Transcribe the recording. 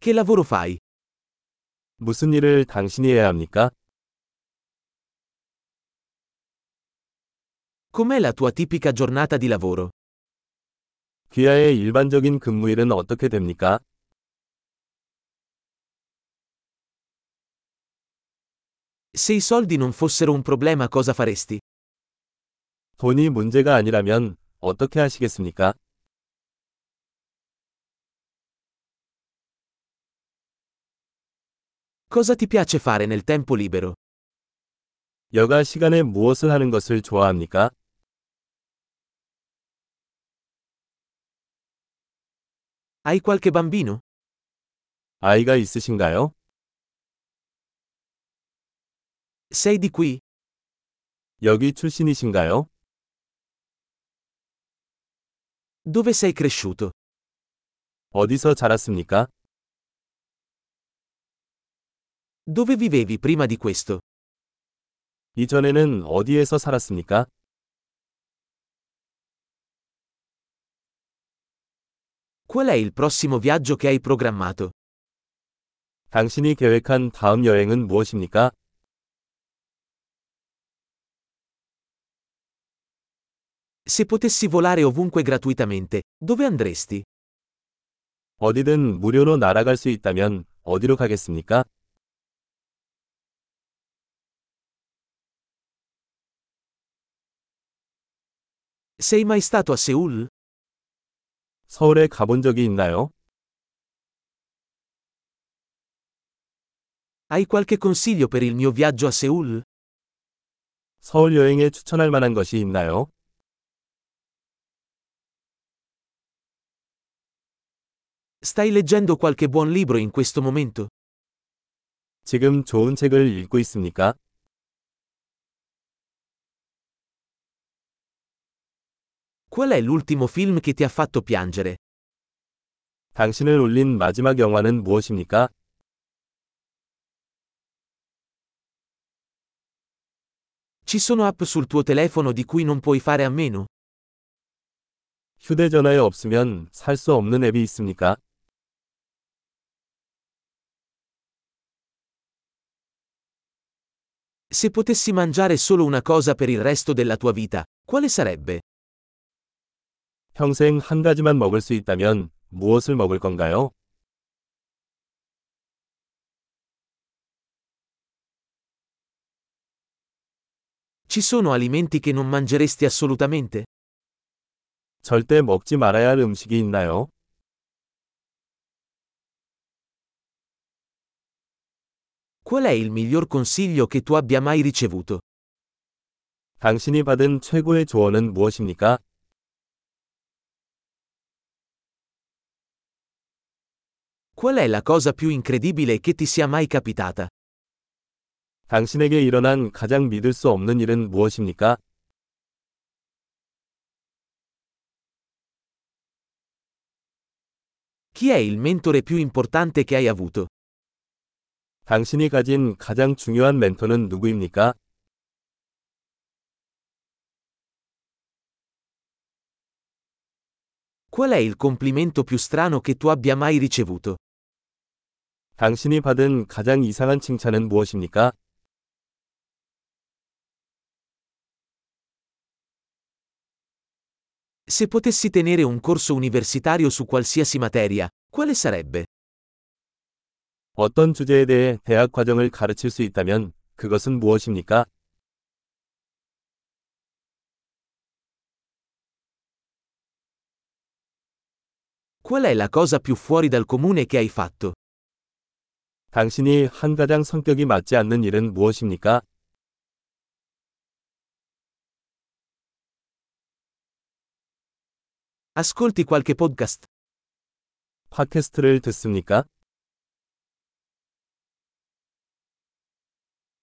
Che lavoro fai? 무슨 일을 당신이 해야 합니까? Com'è la tua tipica giornata di lavoro? 귀하의 일반적인 근무일은 어떻게 됩니까? Se i soldi non fossero un problema cosa faresti? 돈이 문제가 아니라면 어떻게 하시겠습니까? Cosa ti piace fare nel tempo libero? 여가 시간에 무엇을 하는 것을 좋아합니까? Hai qualche bambino? 아이가 있으신가요? Sei di qui? 여기 출신이신가요? Dove sei cresciuto? 어디서 자랐습니까? Dove vivevi prima di questo? 이전에는 어디에서 살았습니까? Qual è il prossimo viaggio che hai programmato? 당신이 계획한 다음 여행은 무엇입니까? Se potessi volare ovunque gratuitamente, dove andresti? 어디든 무료로 날아갈 수 있다면 어디로 가겠습니까? Sei mai stato a Seoul? 서울에 가본 적이 있나요? Hai qualche consiglio per il mio viaggio a Seoul? 서울 여행에 추천할 만한 것이 있나요? Stai leggendo qualche buon libro in questo momento? 지금 좋은 책을 읽고 있습니까? Qual è l'ultimo film che ti ha fatto piangere? 당신을 울린 마지막 영화는 무엇입니까? Ci sono app sul tuo telefono di cui non puoi fare a meno? 휴대전화에 없으면 살 수 없는 앱이 있습니까? Se potessi mangiare solo una cosa per il resto della tua vita, quale sarebbe? 평생 한 가지만 먹을 수 있다면 무엇을 먹을 건가요? Ci sono alimenti che non mangeresti assolutamente? 절대 먹지 말아야 할 음식이 있나요? Qual è il miglior consiglio che tu abbia mai ricevuto? 당신이 받은 최고의 조언은 무엇입니까? Qual è la cosa più incredibile che ti sia mai capitata? 당신에게 일어난 가장 믿을 수 없는 일은 무엇입니까? Chi è il mentore più importante che hai avuto? 당신이 가진 가장 중요한 멘토는 누구입니까? Qual è il complimento più strano che tu abbia mai ricevuto? 당신이 받은 가장 이상한 칭찬은 무엇입니까? Se potessi tenere un corso universitario su qualsiasi materia, quale sarebbe? 어떤 주제에 대해 대학 과정을 가르칠 수 있다면 그것은 무엇입니까? Qual è la cosa più fuori dal comune che hai fatto? 당신이 한 가장 성격이 맞지 않는 일은 무엇입니까? Ascolti qualche podcast. 팟캐스트를 듣습니까?